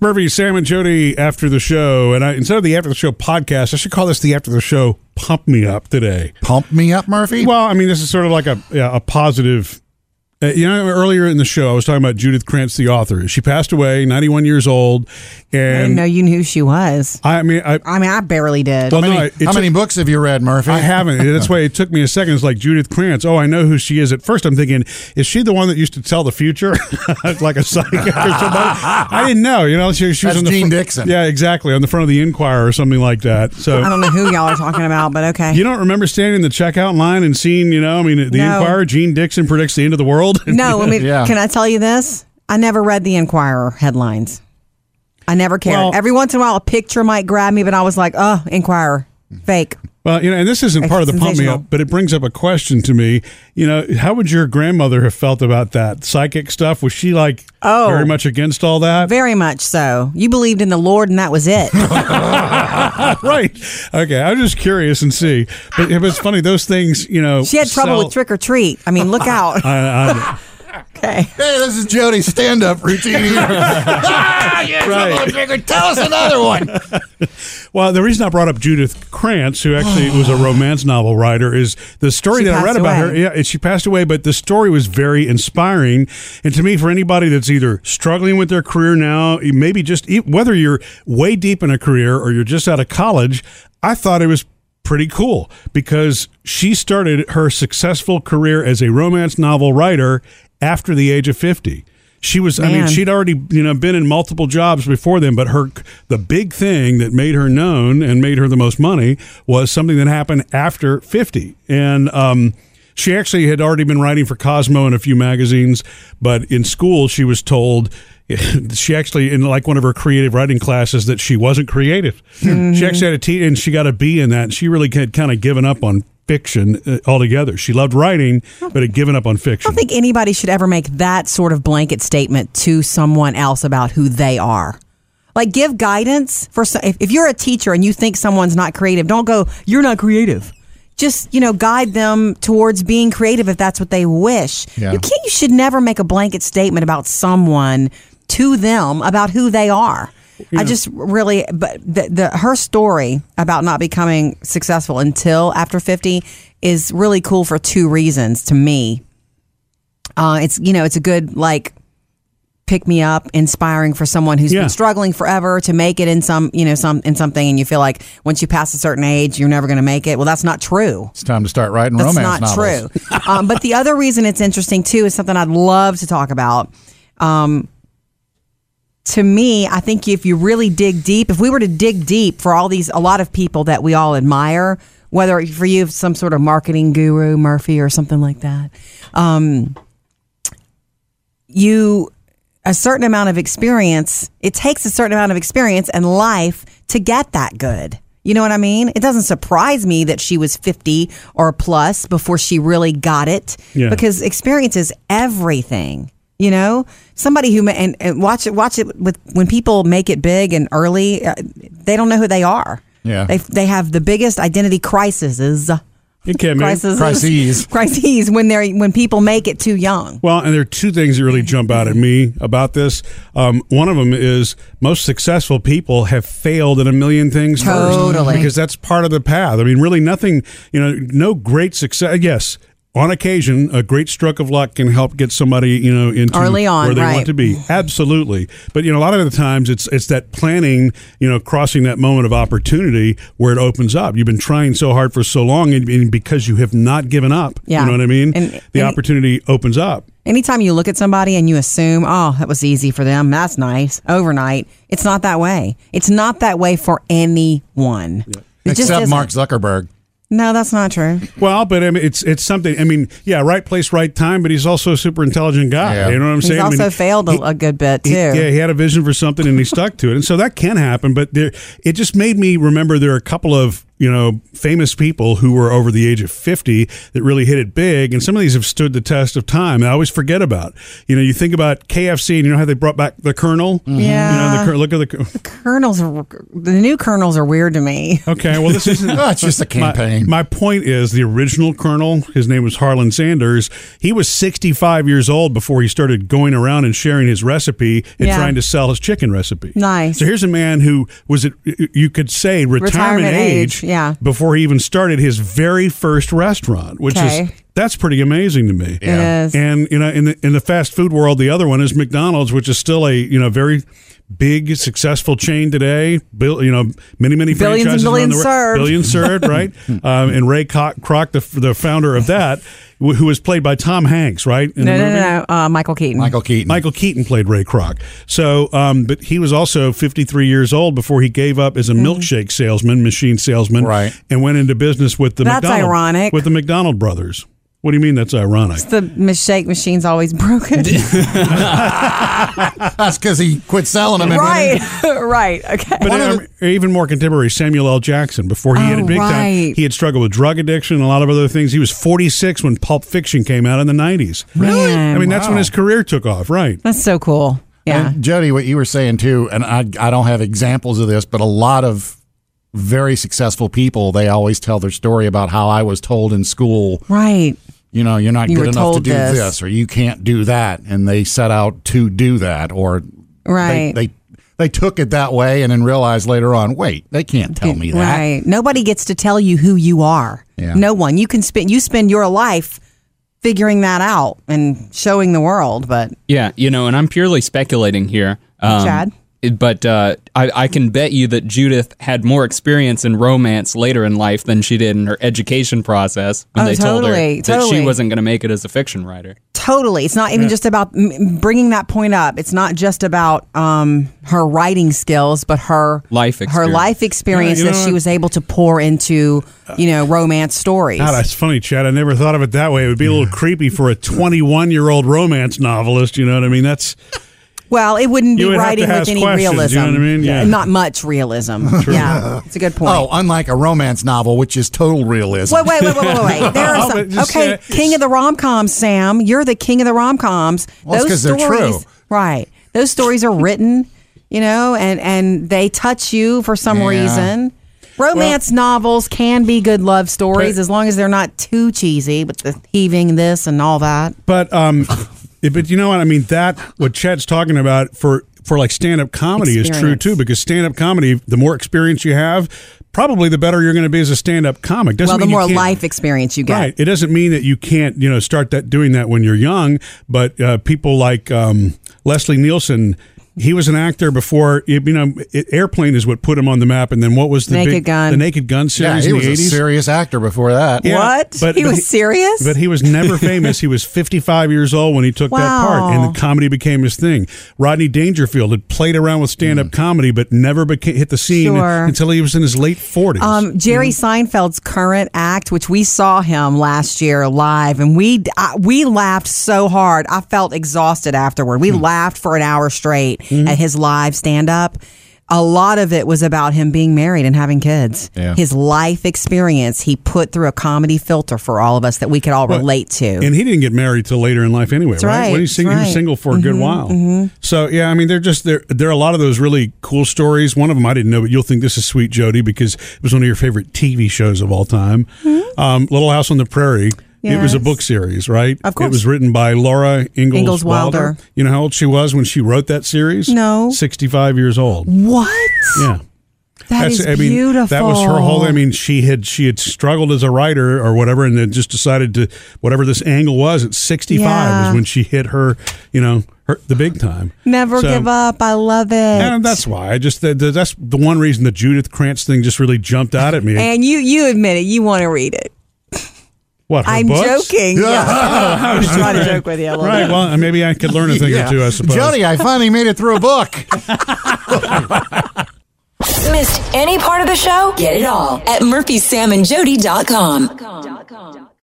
Murphy, Sam, and Jody after the show. And I, instead of the after the show podcast, I should call this the after the show pump me up today. Pump me up, Murphy. Well, I mean, this is sort of like a, yeah, a positive. Uh, you know, earlier in the show, I was talking about Judith Krantz, the author. She passed away, 91 years old. I didn't And know you knew who she was. I mean, I, I mean, I barely did. Well, how no, many, it- it how took- many books have you read, Murphy? I haven't. That's why it took me a second. It's like Judith Krantz. Oh, I know who she is. At first, I'm thinking, is she the one that used to tell the future, like a psychic or somebody? I didn't know. You know, she, she was That's on the Gene fr- Dixon. Yeah, exactly, on the front of the Inquirer or something like that. I So don't know who y'all are talking about, but okay. you don't remember standing in the checkout line and seeing, you know, I mean, the No. Inquirer. Gene Dixon predicts the end of the world. no, I mean, Yeah. can I tell you this? I never read the Inquirer headlines. I never cared. Well- Every once in a while, a picture might grab me, but I was like, oh, Inquirer, fake. Well, you know, and this isn't It's part of the pump me sensational. up, but it brings up a question to me. You know, how would your grandmother have felt about that psychic stuff? Was she like Oh. very much against all that? Very much so. You believed in the Lord, and that was it. right. Okay. I'm just curious and see. But it was funny. Those things, you know. She had trouble sell- with trick or treat. I mean, look out. okay. Hey, this is Jody's stand-up routine. here. Ah, you Right. trouble trigger. Tell us another one. Well, the reason I brought up Judith Krantz, who actually was a romance novel writer, is the story She that I read passed about her. away. Yeah, and she passed away, but the story was very inspiring. And to me, for anybody that's either struggling with their career now, maybe just e- whether you're way deep in a career or you're just out of college, I thought it was pretty cool because she started her successful career as a romance novel writer after the age of 50. She was, I mean, Man. she'd already, you know, been in multiple jobs before then, but her, the big thing that made her known and made her the most money was something that happened after 50. And, um, she actually had already been writing for Cosmo and a few magazines, but in school she was told she actually in like one of her creative writing classes that she wasn't creative. Hmm. She actually had a T and she got a B in that. And she really had kind of given up on fiction uh, altogether. She loved writing, but had given up on I fiction. don't think anybody should ever make that sort of blanket statement to someone else about who they are. Like, give guidance for so- if, if you're a teacher and you think someone's not creative, don't go, you're not creative. Just, you know, guide them towards being creative if that's what they wish. Yeah. You can't, you should never make a blanket statement about someone to them about who they are. I just really, but the, the her story about not becoming successful until after 50 is really cool for two reasons to me uh, it's you know it's a good like pick me up inspiring for someone who's Yeah. been struggling forever to make it in some you know some in something and you feel like once you pass a certain age you're never going to make it well that's not true It's time to start writing that's romance not novels. true um, but the other reason it's interesting too is something i'd love to talk about um, to me i think if you really dig deep if we were to dig deep for all these a lot of people that we all admire whether for you it's some sort of marketing guru murphy or something like that um, you a certain amount of experience it takes a certain amount of experience and life to get that good you know what i mean it doesn't surprise me that she was 50 or plus before she really got it Yeah. because experience is everything you know somebody who ma- and, and watch it watch it with when people make it big and early uh, they don't know who they are Yeah. they, they have the biggest identity crises You can't make crises Crises. crises when they're when people make it too young Well, and there are two things that really jump out at me about this. Um, one of them is most successful people have failed in a million things Totally. first because that's part of the path. I mean, really, nothing, you know, no great success. Yes, on occasion, a great stroke of luck can help get somebody, you know, into Early on, where they want right. to be. Absolutely, but you know, a lot of the times it's it's that planning, you know, crossing that moment of opportunity where it opens up. You've been trying so hard for so long, and, and because you have not given up, Yeah. you know what I mean. And- the and- opportunity opens up. Anytime you look at somebody and you assume, oh, that was easy for them, that's nice, overnight, it's not that way. It's not that way for anyone. It just Except isn't. Mark Zuckerberg. No, that's not true. Well, but I mean, it's it's something. I mean, yeah, right place, right time. But he's also a super intelligent guy. Yeah. You know what I'm He's saying? I mean, also failed a, a good bit, too. he- yeah, he had a vision for something and he stuck to it, and so that can happen. But there, it just made me remember there are a couple of you know, famous people who were over the age of 50 that really hit it big. And some of these have stood the test of time. I always forget about, you know, you think about KFC and you know how they brought back the Colonel? Mm-hmm. Yeah. You know, the, Col- look at the, Colonels, are, the new colonels are weird to me. Okay, well, this isn't. Oh, it's just a My- campaign. My, point is the original colonel, his name was Harlan Sanders. He was 65 years old before he started going around and sharing his recipe and Yeah. trying to sell his chicken recipe. Nice. So here's a man who was at you could say retirement, Retirement age, age, yeah. before he even started his very first restaurant, which is Okay. that's pretty amazing to me. Yeah. It is. And you know, in the in the fast food world, the other one is McDonald's, which is still a you know very big successful chain today. Bill, you know, many many Billions and franchises around billions the wor- served. Billions served, right? um, and Ray Kroc, Kroc the, the founder of that, wh- who was played by Tom Hanks, right? in No, the no, movie? no, no. Uh, Michael Keaton. Michael Keaton. Michael Keaton played Ray Kroc. So, um, but he was also 53 years old before he gave up as a Mm. milkshake salesman, machine salesman, Right. and went into business with the That's McDonald- ironic. with the McDonald brothers. What do you mean that's ironic? The mistake machine's always broken. That's because he quit selling them. and- right, right. Okay. But One of um, even more contemporary, Samuel L. Jackson, before he hit Oh, it big time, right. he had struggled with drug addiction and a lot of other things. He was 46 when Pulp Fiction came out in the 90s. Really? I mean, that's when Wow. his career took off, right? That's so cool. Yeah. And Jody, what you were saying too, and I, I don't have examples of this, but a lot of very successful people, they always tell their story about how I was told in school, right. you know, you're not You were good enough to told do this. this. or you can't do that. And they set out to do that or Right. they, they, they took it that way and then realized later on, wait, they can't tell me that. Right. Nobody gets to tell you who you are. Yeah. No one. You can spend you spend your life figuring that out and showing the world, but Yeah, you know, and I'm purely speculating here. Um, Chad? it- But uh, I, I can bet you that Judith had more experience in romance later in life than she did in her education process when Oh, they told her totally, that totally. she wasn't going to make it as a fiction writer. totally. It's not even just about m- bringing that point up. It's not just about um, her writing skills, but her Life her experience. life experience Yeah, you know that what? she was able to pour into, you know, romance stories. God, that's funny, Chad. I never thought of it that way. It would be a little creepy for a 21 year old romance novelist. You know what I mean? That's Well, it wouldn't be You would have writing to with ask any questions, you know realism. what I mean? Yeah. Not much realism. Yeah. It's a good point. Oh, unlike a romance novel, which is total realism. Wait, wait, wait, wait, wait, wait. There No, are but some. just, okay, uh, king of the rom coms, Sam. You're the king of the rom coms. Well, it's 'cause they're true. right? Those stories are written, you know, and and they touch you for some Yeah. reason. Romance novels can be good love stories But- as long as they're not too cheesy with the heaving this and all that. But um, it- but you know what I mean? That what Chad's talking about for for like stand up comedy is true Experience. too because stand up comedy, the more experience you have, probably the better you're going to be as a stand up comic. Doesn't well, the mean you more can't- life experience you get, Right. It doesn't mean that you can't, you know, start that doing that when you're young. But uh, people like um, Leslie Nielsen, he was an actor before. You know, it, Airplane is what put him on the map. And then what was the Naked big, Gun. the Naked Gun yeah, series he in was the a eighties? serious actor before that. Yeah, What? He was serious? But he was never famous. he was 55 years old when he took that part, Wow. and the comedy became his thing. Rodney Dangerfield had played around with stand up comedy, but never beca- hit the scene Mm. Sure. until he was in his late 40s. Um, Jerry mm. Seinfeld's current act, which we saw him last year live, and we I, we laughed so hard, I felt exhausted afterward. Hmm. We laughed for an hour straight Mm-hmm. at his live stand up. A lot of it was about him being married and having kids. Yeah. His life experience he put through a comedy filter for all of us that we could all relate to. and he didn't get married till later in life anyway, right? right, When he, that's sing- he was right. Mm-hmm, single for a good while. So yeah, I mean, they're just there. There are a lot of those really cool stories. One of them I didn't know, but you'll think this is sweet, Jody, because it was one of your favorite TV shows of all time, um, Little House on the Prairie. It was a Mm-hmm. Yes. book series, right? Of course. It was written by Laura Ingalls, Ingalls Wilder. Wilder. You know how old she was when she wrote that series? No. 65 years old. what? Yeah. that is I mean, beautiful. That was her whole. I mean, she had she had struggled as a writer or whatever, and then just decided to whatever this angle was at sixty five Yeah. is when she hit her, you know, her the big time. Never So- give up. I love it. And that's why I just that, that- that's the one reason the Judith Krantz thing just really jumped out at me. and you you admit it. You want to read it. what her I'm books? joking. Yeah. I was trying to joke with you a little Right. bit. Well, maybe I could learn a thing or two. I suppose. Jody, I finally made it through a book. Missed any part of the show? Get it all at murphysamandjody.com.